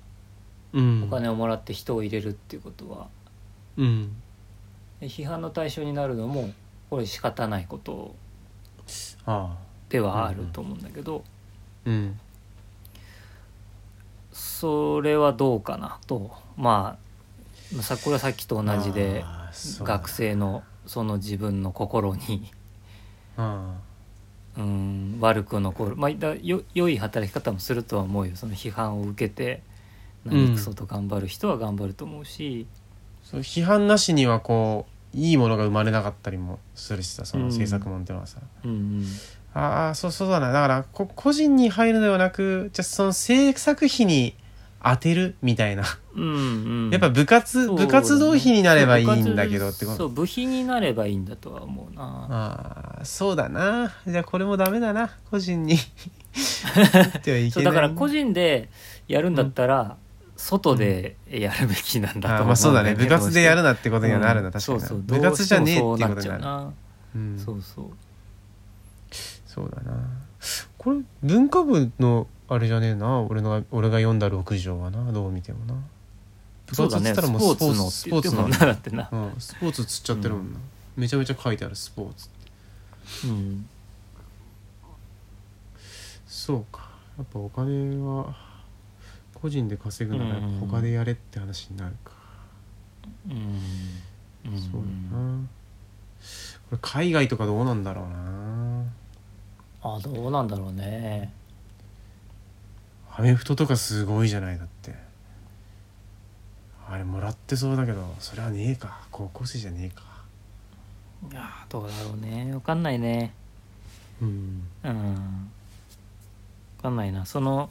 Speaker 1: うん
Speaker 2: お金をもらって人を入れるっていうことは
Speaker 1: うん
Speaker 2: で批判の対象になるのもこれ仕方ないこと
Speaker 1: ああ
Speaker 2: ではあると思うんだけど、
Speaker 1: うん
Speaker 2: それはどうかなとまあさこれはさっきと同じで
Speaker 1: ああそうだ
Speaker 2: 学生のその自分の心に
Speaker 1: あ
Speaker 2: うん悪く残るまあだよ良い働き方もするとは思うよその批判を受けて何クソと頑張る人は頑張ると思うし、
Speaker 1: あそう批判なしにはこういいものが生まれなかったりもするしさその制作もんってのはさ、
Speaker 2: うんうん
Speaker 1: ああそうそうだなだからこ個人に入るのではなくじゃあその制作費に当てるみたいな、
Speaker 2: うんうん、
Speaker 1: やっぱ部活、
Speaker 2: そうだね
Speaker 1: 部活動費になればいいんだけどってこ
Speaker 2: そ
Speaker 1: と
Speaker 2: う部費になればいいんだとは思うな
Speaker 1: ああそうだなじゃあこれもダメだな個人にってはい
Speaker 2: *laughs* そ
Speaker 1: け
Speaker 2: う
Speaker 1: ない
Speaker 2: だから個人でやるんだったら外でやるべきなんだ
Speaker 1: あ
Speaker 2: と
Speaker 1: あ
Speaker 2: 思
Speaker 1: まあそうだね
Speaker 2: んけ
Speaker 1: 部
Speaker 2: ど
Speaker 1: 活でやるなってことにはなるな、
Speaker 2: うん
Speaker 1: 確かにな
Speaker 2: そうそう
Speaker 1: 部活じゃねえっていう
Speaker 2: どう
Speaker 1: こ
Speaker 2: して
Speaker 1: とになる
Speaker 2: もそうなっちゃうな
Speaker 1: うん
Speaker 2: そうそう
Speaker 1: そうだなこれ文化部のあれじゃねえな俺のが俺が読んだ6条はなどう見てもな部
Speaker 2: そう
Speaker 1: 活
Speaker 2: だ
Speaker 1: っつ
Speaker 2: ね
Speaker 1: ったらもう
Speaker 2: ス
Speaker 1: スポ
Speaker 2: ポーツの
Speaker 1: ーツ
Speaker 2: って
Speaker 1: ス
Speaker 2: 言
Speaker 1: ポ
Speaker 2: っ
Speaker 1: ー
Speaker 2: て
Speaker 1: ツ
Speaker 2: も
Speaker 1: なん
Speaker 2: な
Speaker 1: だ
Speaker 2: だってな、
Speaker 1: うんスポーツつっちゃってるもんな、めちゃめちゃ書いてあるスポーツ
Speaker 2: うん、
Speaker 1: そうかやっぱお金は個人で稼ぐならやっぱ
Speaker 2: うん
Speaker 1: 他でやれって話になるか、
Speaker 2: うんうん
Speaker 1: そうだなこれ海外とかどうなんだろうな
Speaker 2: あどうなんだろうね
Speaker 1: アメフトとかすごいじゃないだってあれもらってそうだけどそれはねえか高校生じゃねえか
Speaker 2: いやーどうだろうねわかんないね
Speaker 1: うん
Speaker 2: うんわかんないなその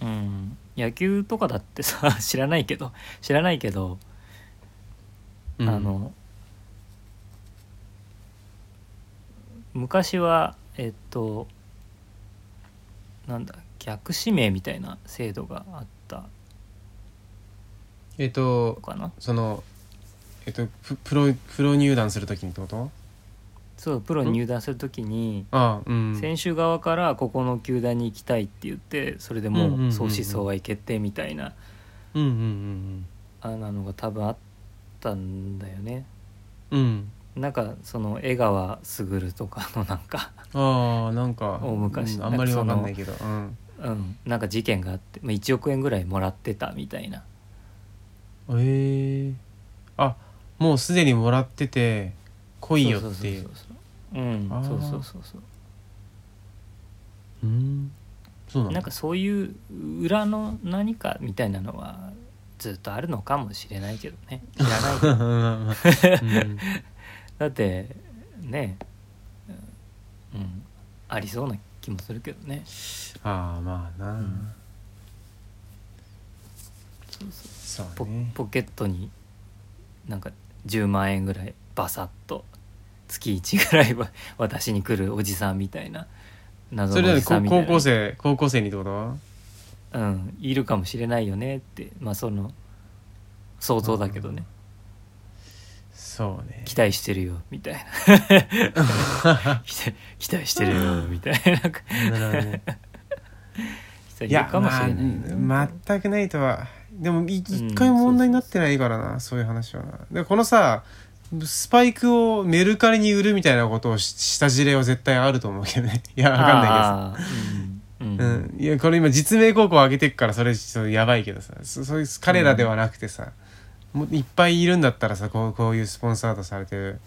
Speaker 2: うん野球とかだってさ *laughs* 知らないけど知らないけど、あの昔はえっとなんだ逆指名みたいな制度があった
Speaker 1: えっ、と
Speaker 2: のかな
Speaker 1: そのえっ、とププロプロ入団するときにってこと
Speaker 2: そうプロに入団するときに
Speaker 1: ああうん
Speaker 2: 選手側からここの球団に行きたいって言ってそれで
Speaker 1: うんうんうんう
Speaker 2: もうん相思相愛決定みたいな
Speaker 1: うんうん
Speaker 2: あなのが多分あったんだよね
Speaker 1: うんうんうん
Speaker 2: なんかその江川卓とかのなんか *laughs*
Speaker 1: ああなんか
Speaker 2: 大昔
Speaker 1: うんあんまりわかんないけど
Speaker 2: うんなんか事件があってまあ1億円ぐらいもらってたみたいな
Speaker 1: うんええあもうすでにもらってて来いよっていう
Speaker 2: そうそうそうそううん
Speaker 1: あー
Speaker 2: そうそうそうそう
Speaker 1: うんそうなんだ
Speaker 2: な
Speaker 1: *laughs*
Speaker 2: んかそういう裏の何かみたいなのはずっとあるのかもしれないけど
Speaker 1: *laughs*
Speaker 2: ね知らないけ
Speaker 1: う
Speaker 2: ど
Speaker 1: ん
Speaker 2: だってねうん、うんありそうな気もするけどね
Speaker 1: ああまあな、
Speaker 2: んそうそ
Speaker 1: そ
Speaker 2: う
Speaker 1: う
Speaker 2: ポ
Speaker 1: ね
Speaker 2: ポケットになんか10万円ぐらいバサッと月1ぐらいは *laughs* 私に来るおじさんみたいな謎
Speaker 1: それ
Speaker 2: のお
Speaker 1: だ
Speaker 2: じ
Speaker 1: と
Speaker 2: さん
Speaker 1: こ
Speaker 2: みた
Speaker 1: 高
Speaker 2: いな
Speaker 1: 校生高校生にってことは
Speaker 2: うん、いるかもしれないよねってまあその想像だけどね、
Speaker 1: そうね
Speaker 2: 期待してるよみたいな *laughs* 期待期待してるよみたいななんか
Speaker 1: なるほどね
Speaker 2: 人
Speaker 1: *laughs*
Speaker 2: い
Speaker 1: い
Speaker 2: る
Speaker 1: や
Speaker 2: かもし
Speaker 1: まあ
Speaker 2: れないよね、
Speaker 1: 全くないとはでもい
Speaker 2: うん
Speaker 1: 一回も問題になってないからな、そういう話はなでこのさスパイクをメルカリに売るみたいなことをしした事例は絶対あると思うけどねいやわかんない
Speaker 2: あーうん
Speaker 1: け
Speaker 2: う
Speaker 1: ど
Speaker 2: ん
Speaker 1: さ、うん、いやこれ今実名高校上げてくからそれちょっとやばいけどさそそういう彼らではなくてさ、もういっぱいいるんだったらさこうこういうスポンサードされてる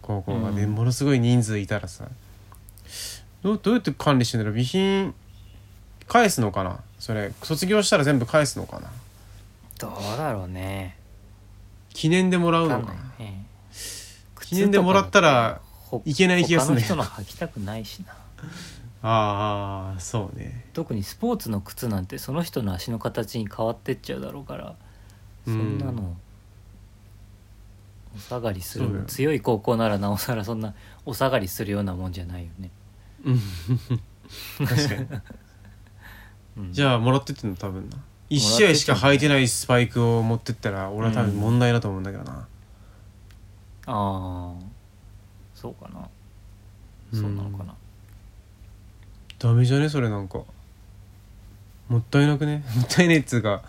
Speaker 1: 高校がね、
Speaker 2: うん
Speaker 1: ものすごい人数いたらさどうどうやって管理してんだろう備品返すのかなそれ卒業したら全部返すのかな
Speaker 2: どうだろうね
Speaker 1: 記念でもらうの
Speaker 2: わ
Speaker 1: か
Speaker 2: かん
Speaker 1: な
Speaker 2: ないね
Speaker 1: 記念でもらったら
Speaker 2: 靴とかだって
Speaker 1: いけない気がするね
Speaker 2: 他の人の履きたくないしな
Speaker 1: ああそうね
Speaker 2: 特にスポーツの靴なんてその人の足の形に変わってっちゃうだろうからそんなのお下がりす
Speaker 1: そうだよ
Speaker 2: る強い高校ならなおさらそんなお下がりするようなもんじゃないよね、
Speaker 1: うん確かに
Speaker 2: うん、
Speaker 1: じ
Speaker 2: あ
Speaker 1: ゃあもらってってんの多分な1試合しか履いてないスパイクを持ってったら俺は多分問題だと思うんだけどな、
Speaker 2: あーそうかなそうなのかな、
Speaker 1: ダメじゃねそれなんかもったいなくね *laughs* もったいねえっつうか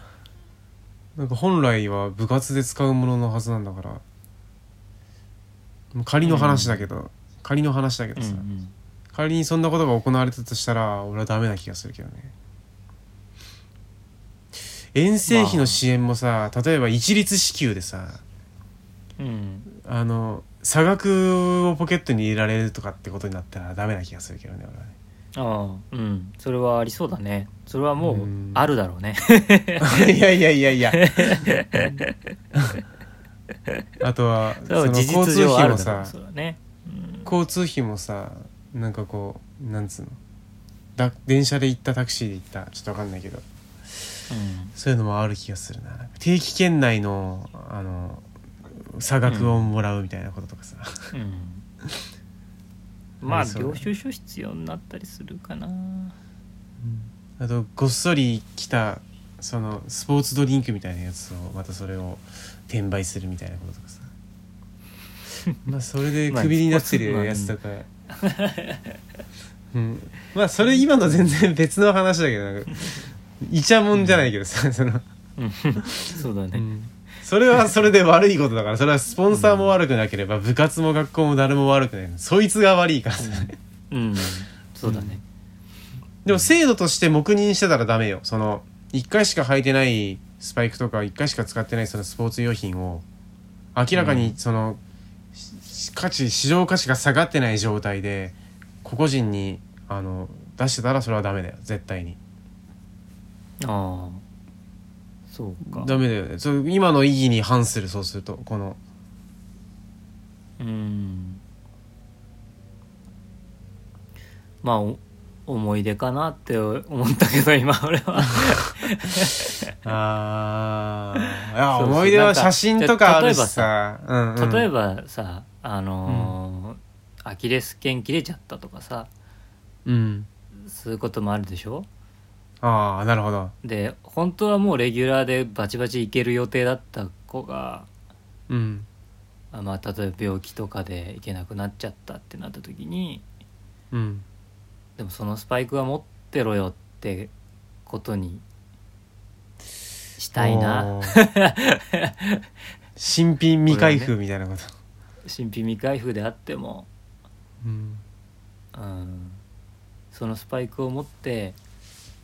Speaker 1: なんか本来は部活で使うもののはずなんだからもう仮の話だけど、仮の話だけど
Speaker 2: うんう
Speaker 1: さ、
Speaker 2: ん
Speaker 1: 仮にそんなことが行われたとしたら俺はダメな気がするけどね遠征費の支援もさ、例えば一律支給でさ
Speaker 2: うん、
Speaker 1: あの差額をポケットに入れられるとかってことになったらダメな気がするけどね俺はね
Speaker 2: ああうんそれはありそうだねそれはもう
Speaker 1: うん
Speaker 2: あるだろうね
Speaker 1: いやいやいやいや。あとは、
Speaker 2: そ
Speaker 1: そ
Speaker 2: れは
Speaker 1: の
Speaker 2: 事
Speaker 1: 交
Speaker 2: 実
Speaker 1: 通
Speaker 2: 上あ
Speaker 1: 費も
Speaker 2: るだろう
Speaker 1: さ
Speaker 2: そ、れはね、うん、
Speaker 1: 交通費もさ、なんかこう、なんつうの。だ電車で行ったタクシーで行ったちょっとわかんないけど
Speaker 2: うん
Speaker 1: そういうのもある気がするななんか定期券内のあの差額をもらうみたいなこととかさ、
Speaker 2: うん、まあ
Speaker 1: ありそうだね
Speaker 2: 領収書必要になったりするかな
Speaker 1: あとごっそり来たそのスポーツドリンクみたいなやつをまたそれを転売するみたいなこととか *laughs* さまあそれで
Speaker 2: まあ
Speaker 1: クビになってるやつ *laughs* とか、うん、まあそれ今の全然別の話だけどなんかイチャモンじゃないけどさ、その、
Speaker 2: *laughs* そうだ
Speaker 1: う
Speaker 2: ね、
Speaker 1: んそれはそれで悪いことだからそれはスポンサーも悪くなければ部活も学校も誰も悪くないそいつが悪いからさ、
Speaker 2: うんそうだね、
Speaker 1: でも制度として黙認してたらダメよその1回しか履いてないスパイクとか1回しか使ってないそのスポーツ用品を明らかにその、し価値市場価値が下がってない状態で個々人にあの出してたらそれはダメだよ絶対に
Speaker 2: ああそうか
Speaker 1: ダメだよねそう今の意義に反するそうするとこの
Speaker 2: うんまあお思い出かなって思ったけど *laughs* 今俺は
Speaker 1: あ *laughs* ーいや
Speaker 2: そうそう
Speaker 1: 思い出
Speaker 2: な
Speaker 1: は
Speaker 2: んか
Speaker 1: 写真とかあるしさうんうん
Speaker 2: 例えばさあのーアキレス腱切れちゃったとかさ
Speaker 1: うん
Speaker 2: そういうこともあるでしょ
Speaker 1: ああなるほど
Speaker 2: で本当はもうレギュラーでバチバチいける予定だった子が、
Speaker 1: うん
Speaker 2: あまあ、例えば病気とかで行けなくなっちゃったってなった時に
Speaker 1: うん
Speaker 2: でもそのスパイクは持ってろよってことにしたいな
Speaker 1: おー。 *laughs* 新品未開封みたいなこと。
Speaker 2: 新品未開封であっても、
Speaker 1: うん。
Speaker 2: うん、そのスパイクを持って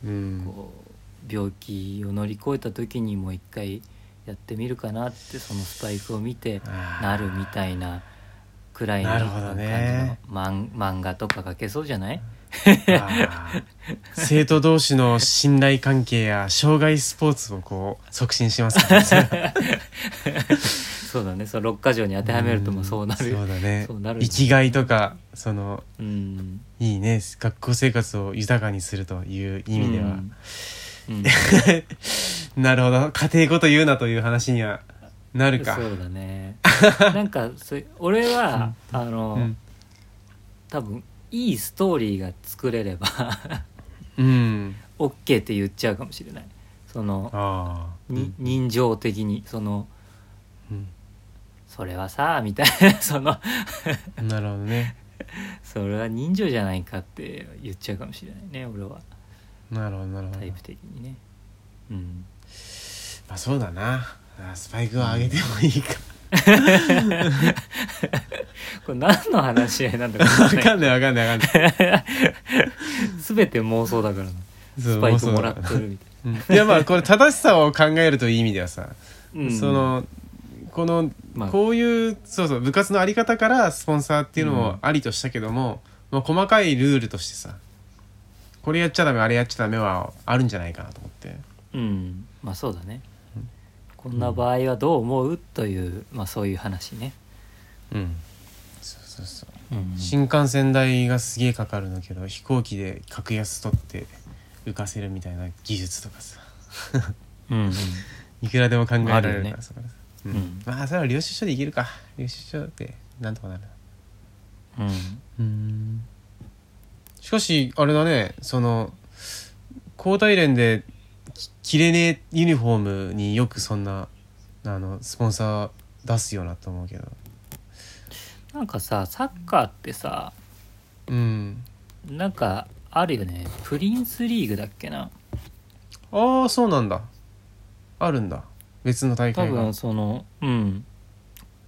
Speaker 1: うん。
Speaker 2: こう病気を乗り越えた時にもう一回やってみるかなってそのスパイクを見てな
Speaker 1: な
Speaker 2: るみたいなくらいの
Speaker 1: なるほどね
Speaker 2: 感じの漫漫画とか描けそうじゃない
Speaker 1: 生徒同士の信頼関係や障害スポーツをこう促進します
Speaker 2: *laughs*
Speaker 1: からね。
Speaker 2: そうだねその6か条に当てはめるともそうなる
Speaker 1: んそうだね
Speaker 2: そうな。る
Speaker 1: 生きがいとかその
Speaker 2: うん
Speaker 1: いいね学校生活を豊かにするという意味では、
Speaker 2: うん
Speaker 1: *laughs* なるほど家庭ごと言うなという話にはな
Speaker 2: う
Speaker 1: る
Speaker 2: ん
Speaker 1: か。
Speaker 2: そう
Speaker 1: *laughs*
Speaker 2: だねなんかそれ俺はあの、
Speaker 1: うん
Speaker 2: 多分いいストーリーが作れれば *laughs*
Speaker 1: うん。
Speaker 2: OK って言っちゃうかもしれないその
Speaker 1: ああ。
Speaker 2: に人情的にその
Speaker 1: うん
Speaker 2: それはさみたいなその
Speaker 1: なるほどね。
Speaker 2: それは人情じゃないかって言っちゃうかもしれないね俺は
Speaker 1: なるほどなるほど
Speaker 2: タイ。プ的にねうん
Speaker 1: まあそうだなあスパイクは上げてもいいか
Speaker 2: これ何の話し合いなんだか
Speaker 1: 分かんない分かんない分かんない
Speaker 2: 全て妄想だからな
Speaker 1: そう
Speaker 2: *laughs* スパイク
Speaker 1: そう
Speaker 2: もらってるみたい
Speaker 1: うんいやまあこれ正しさを考えるという意味ではさ、
Speaker 2: な、うん、
Speaker 1: そのこの、
Speaker 2: まあ
Speaker 1: こういうそうそう部活のあり方からスポンサーっていうのもありとしたけども、まあ、細かいルールとしてさこれやっちゃダメあれやっちゃダメはあるんじゃないかなと思って
Speaker 2: うんまあそうだねこんな場合はどう思うというまあそういう話ね、
Speaker 1: うんそうそうそう
Speaker 2: うん
Speaker 1: 新幹線代がすげえかかるんだけど飛行機で格安取って浮かせるみたいな技術とかさ
Speaker 2: うん
Speaker 1: いくらでも考えられ
Speaker 2: ある
Speaker 1: る
Speaker 2: よ
Speaker 1: か
Speaker 2: ね
Speaker 1: らそこらう
Speaker 2: うんん
Speaker 1: まあそれは領収書でいけるか領収書でなんとかなる
Speaker 2: うん
Speaker 1: うんしかしあれだねその交代連でき着れねえユニフォームによくそんなあのスポンサー出すよなと思うけど
Speaker 2: なんかさサッカーってさ
Speaker 1: うん
Speaker 2: なんかあるよねプリンスリーグだっけな
Speaker 1: ああそうなんだあるんだ別の大
Speaker 2: 多
Speaker 1: 会が
Speaker 2: 分そのうん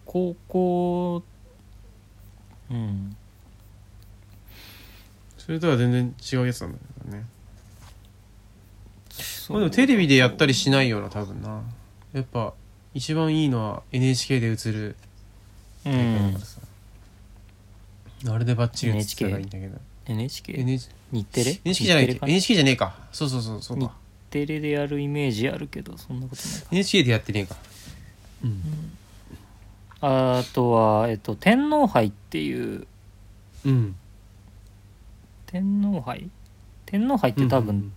Speaker 2: 高校うん
Speaker 1: それとは全然違うやつなんだね
Speaker 2: そ
Speaker 1: まあで
Speaker 2: う
Speaker 1: もテレビでやったりしないよな多分なやっぱ一番いいのは NHK で映る
Speaker 2: う
Speaker 1: 大会だ
Speaker 2: ん
Speaker 1: からさ、あれでバッチリ映ってたらいいんだけど
Speaker 2: NHK
Speaker 1: NH
Speaker 2: 日テレ
Speaker 1: NHK じゃないっけ
Speaker 2: 日テレか
Speaker 1: NHK じゃねえかそうそうそうそう
Speaker 2: 日
Speaker 1: か
Speaker 2: テレでやるイメージあるけどそんなことないか
Speaker 1: NHK でやってねえかうん
Speaker 2: あとは、えっと、天皇杯っていう
Speaker 1: うん
Speaker 2: 天皇杯天皇杯って多分、
Speaker 1: うん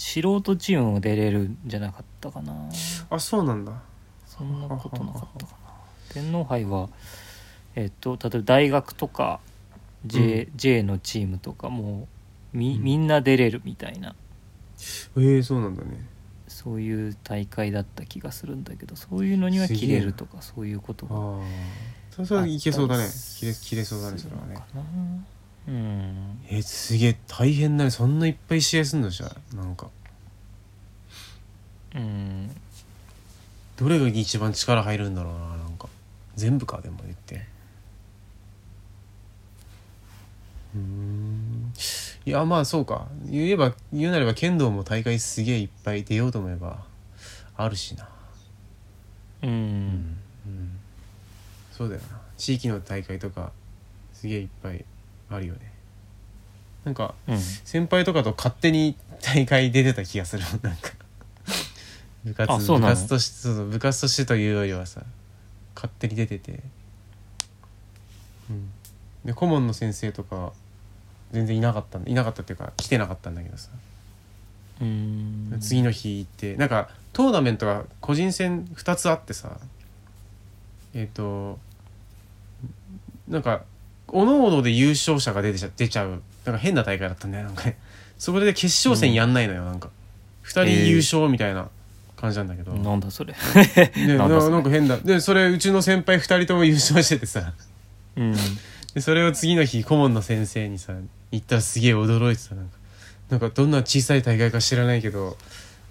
Speaker 2: 素人チームも出れるんじゃなかったかな
Speaker 1: あそうなんだ
Speaker 2: そんなことなかったかな天皇杯はえっと例えば大学とか J,、J のチームとかもうみ
Speaker 1: うん
Speaker 2: みんな出れるみたいな、
Speaker 1: ええそうなんだね
Speaker 2: そういう大会だった気がするんだけどそういうのには
Speaker 1: すげえ
Speaker 2: 切れるとかそういうこと
Speaker 1: あ
Speaker 2: が
Speaker 1: あそれそれはいけそうだ
Speaker 2: あ
Speaker 1: ね
Speaker 2: ったりす
Speaker 1: 切れ切れそうだねそれはね
Speaker 2: かなうん
Speaker 1: えー、すげえ大変だねそんないっぱい試合すんのじゃあなんか
Speaker 2: うん
Speaker 1: どれが一番力入るんだろうななんか全部かでも言ってうーんいやまあそうか言えば言うなれば剣道も大会すげえいっぱい出ようと思えばあるしな
Speaker 2: うん、
Speaker 1: うんそうだよな地域の大会とかすげえいっぱいあるよねなんか
Speaker 2: うん
Speaker 1: 先輩とかと勝手に大会出てた気がする *laughs* なんか部活
Speaker 2: あそう
Speaker 1: 部
Speaker 2: なの
Speaker 1: 活としてそうそう部活としてというよりはさ勝手に出てて、うん、で顧問の先生とか全然いなかったんいなかったっていうか来てなかったんだけどさ、
Speaker 2: うん
Speaker 1: 次の日行ってなんかトーナメントが個人戦2つあってさえっ、となんかおのおので優勝者が出てちゃ出ちゃうなんか変な大会だったんだよなんかねそこで決勝戦やんないのよ、なんか2人優勝みたいな感じなんだけど、
Speaker 2: なんだ
Speaker 1: *laughs*
Speaker 2: それ
Speaker 1: で
Speaker 2: な
Speaker 1: なんん
Speaker 2: だそ
Speaker 1: か
Speaker 2: れ
Speaker 1: なんか変だでそれうちの先輩2人とも優勝しててさ
Speaker 2: うん
Speaker 1: でそれを次の日顧問の先生にさ言ったらすげえ驚いてたなんかなんかどんな小さい大会か知らないけど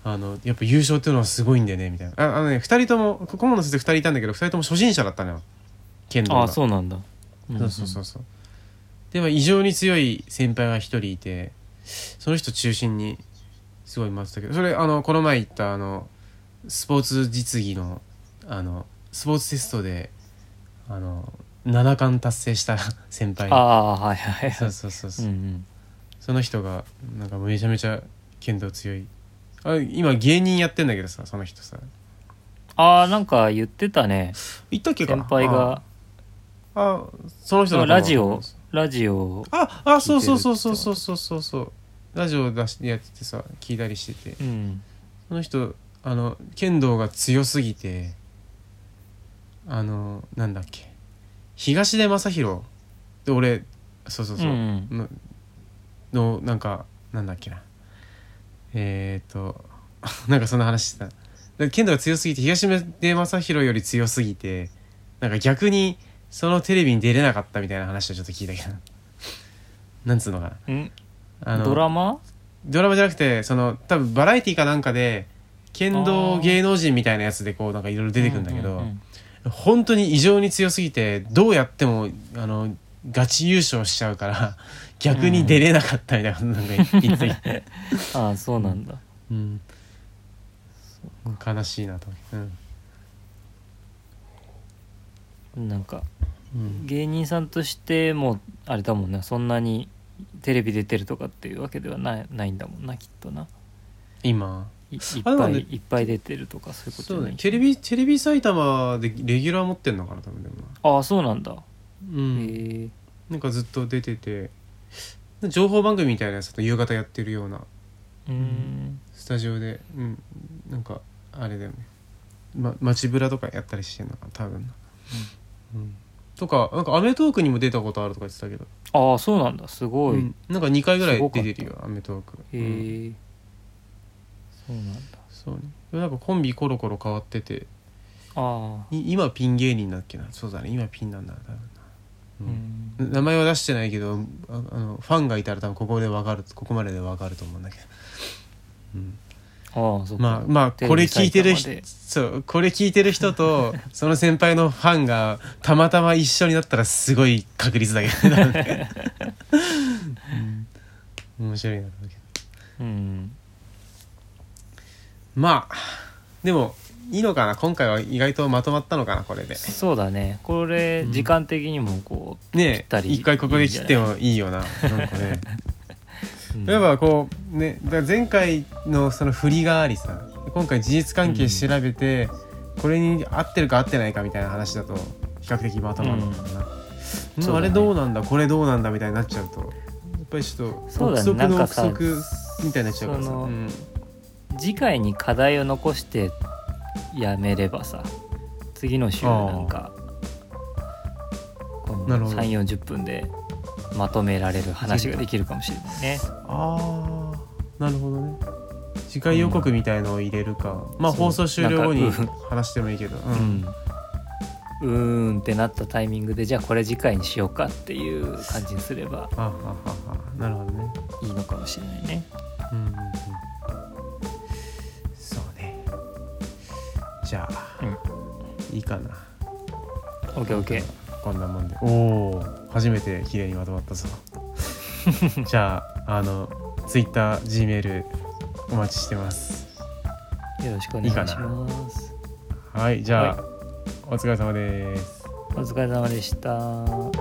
Speaker 1: あのやっぱ優勝っていうのはすごいんだよねみたいなああのね2人とも顧問の先生2人いたんだけど2人とも初心者だったのよ剣道が
Speaker 2: ああそうなんだ
Speaker 1: そうそうそうそうでも異常に強い先輩が1人いてその人中心にすごい待ってたけどそれあのこの前行ったあのスポーツ実技のあのスポーツテストであの7冠達成した *laughs* 先輩
Speaker 2: ああはいはい
Speaker 1: そう
Speaker 2: はい
Speaker 1: そうそう
Speaker 2: う
Speaker 1: そう、
Speaker 2: ん
Speaker 1: その人がなんかめちゃめちゃ剣道強いあ今芸人やってんだけどさその人さ
Speaker 2: ああなんか言ってたね
Speaker 1: 行ったっけか
Speaker 2: 先
Speaker 1: な
Speaker 2: 輩が
Speaker 1: ああその人だと思う
Speaker 2: ラジオラジオ
Speaker 1: ああそうそうそうそうそうそうそうそうラジオ出してやっててさ聞いたりしてて
Speaker 2: うん
Speaker 1: その人あの剣道が強すぎてあのなんだっけ東出昌大で俺そうそう
Speaker 2: う
Speaker 1: そう、
Speaker 2: ん
Speaker 1: ののなんかなんだっけなえー、っと *laughs* なんかそんな話してたで剣道が強すぎて東出昌大より強すぎてなんか逆にそのテレビに出れなかったみたいな話をちょっと聞いたけど *laughs* なんつうのかな
Speaker 2: うん
Speaker 1: あの
Speaker 2: ドラマ
Speaker 1: ドラマじゃなくてその多分バラエティかなんかで剣道芸能人みたいなやつでこうなんかいろいろ出てくるんだけど、
Speaker 2: ううん
Speaker 1: 本当に異常に強すぎてどうやってもあのガチ優勝しちゃうから *laughs* 逆に出れなかったみたいなことなんか言って *laughs* きて、
Speaker 2: ああそうなんだ
Speaker 1: うん、悲しいなと思って、うん
Speaker 2: なんか
Speaker 1: うん
Speaker 2: 芸人さんとしてもあれだもんなそんなにテレビ出てるとかっていうわけではないないんだもんなきっとな
Speaker 1: 今
Speaker 2: いいっ
Speaker 1: あでも
Speaker 2: ぱい、
Speaker 1: ね
Speaker 2: いっぱい出てるとかそういうことじ
Speaker 1: そ
Speaker 2: ゃ
Speaker 1: う
Speaker 2: な
Speaker 1: だ
Speaker 2: い
Speaker 1: ねテレビテレビ埼玉でレギュラー持ってんのかな多分でもな
Speaker 2: ああそうなんだ、
Speaker 1: う
Speaker 2: へ
Speaker 1: ん
Speaker 2: え
Speaker 1: なんかずっと出てて情報番組みたいなやつだと夕方やってるような
Speaker 2: うーん
Speaker 1: スタジオでうんなんかあれだよね、ま、街ブラとかやったりしてんのかな多分な、うんとかなんか『アメトーーク』にも出たことあるとか言ってたけど、
Speaker 2: ああそうなんだすごい、
Speaker 1: うんなんか2回ぐらい出てるよ『アメトーーク』
Speaker 2: へえ、
Speaker 1: うん
Speaker 2: そうなんだ
Speaker 1: そうねでもなんかコンビコロコロ変わってて
Speaker 2: ああ
Speaker 1: い今ピン芸人だっけなそうだね今ピンなんだ多分
Speaker 2: う
Speaker 1: な、
Speaker 2: ん
Speaker 1: 名前は出してないけどああのファンがいたら多分ここでわかるここまででわかると思うんだけど、うん、
Speaker 2: ああそうか、
Speaker 1: まあまあ
Speaker 2: テ
Speaker 1: こ
Speaker 2: レ
Speaker 1: れ
Speaker 2: ビ
Speaker 1: 聞いてる
Speaker 2: 埼
Speaker 1: 人
Speaker 2: 玉で
Speaker 1: そうこれ聞いてる人
Speaker 2: *laughs*
Speaker 1: とその先輩のファンがたまたま一緒になったらすごい確率だけどなうん面白いなと思うけど
Speaker 2: うん
Speaker 1: まあでもいいのかな今回は意外とまとまったのかなこれで
Speaker 2: そうだねこれ
Speaker 1: うん
Speaker 2: 時間的にもこぴっ
Speaker 1: ね
Speaker 2: たり
Speaker 1: 一回ここで切ってもいいよななんかね
Speaker 2: う、うん
Speaker 1: 例えばこうねだから前回のその振りがありさ今回事実関係調べて、これに合ってるか合ってないかみたいな話だと比較的まとまるのかな、うん
Speaker 2: そうだ
Speaker 1: あ
Speaker 2: ね
Speaker 1: れどうなんだこれどうなんだみたいになっちゃうとやっぱりちょっと
Speaker 2: そうだ
Speaker 1: 憶
Speaker 2: ね
Speaker 1: 測の
Speaker 2: なん
Speaker 1: 憶
Speaker 2: かさ
Speaker 1: 測みたいになっちゃうからさ
Speaker 2: その
Speaker 1: うん
Speaker 2: 次回に課題を残してやめればさ次の週なんかこの
Speaker 1: なるほど
Speaker 2: 3 4 0分でまとめられる話ができるかもしれないね。
Speaker 1: あーなるほどね次回予告みたいのを入れるか、まあ
Speaker 2: そう
Speaker 1: 放送終了後に
Speaker 2: なんかうん
Speaker 1: 話してもいいけど、う
Speaker 2: うんんうーんってなったタイミングでじゃあこれ次回にしようかっていう感じにすれば
Speaker 1: あはははなるほどね
Speaker 2: いいのかもしれないね。
Speaker 1: うんうんうんそうねじゃあ、いいかな
Speaker 2: OKOK
Speaker 1: こんなもんでおお初めて綺麗にまとまったぞじゃああの TwitterG メールお待ちしてます
Speaker 2: よろしくお願いします。
Speaker 1: はいじゃあ、お疲れ様です
Speaker 2: お疲れ様でした。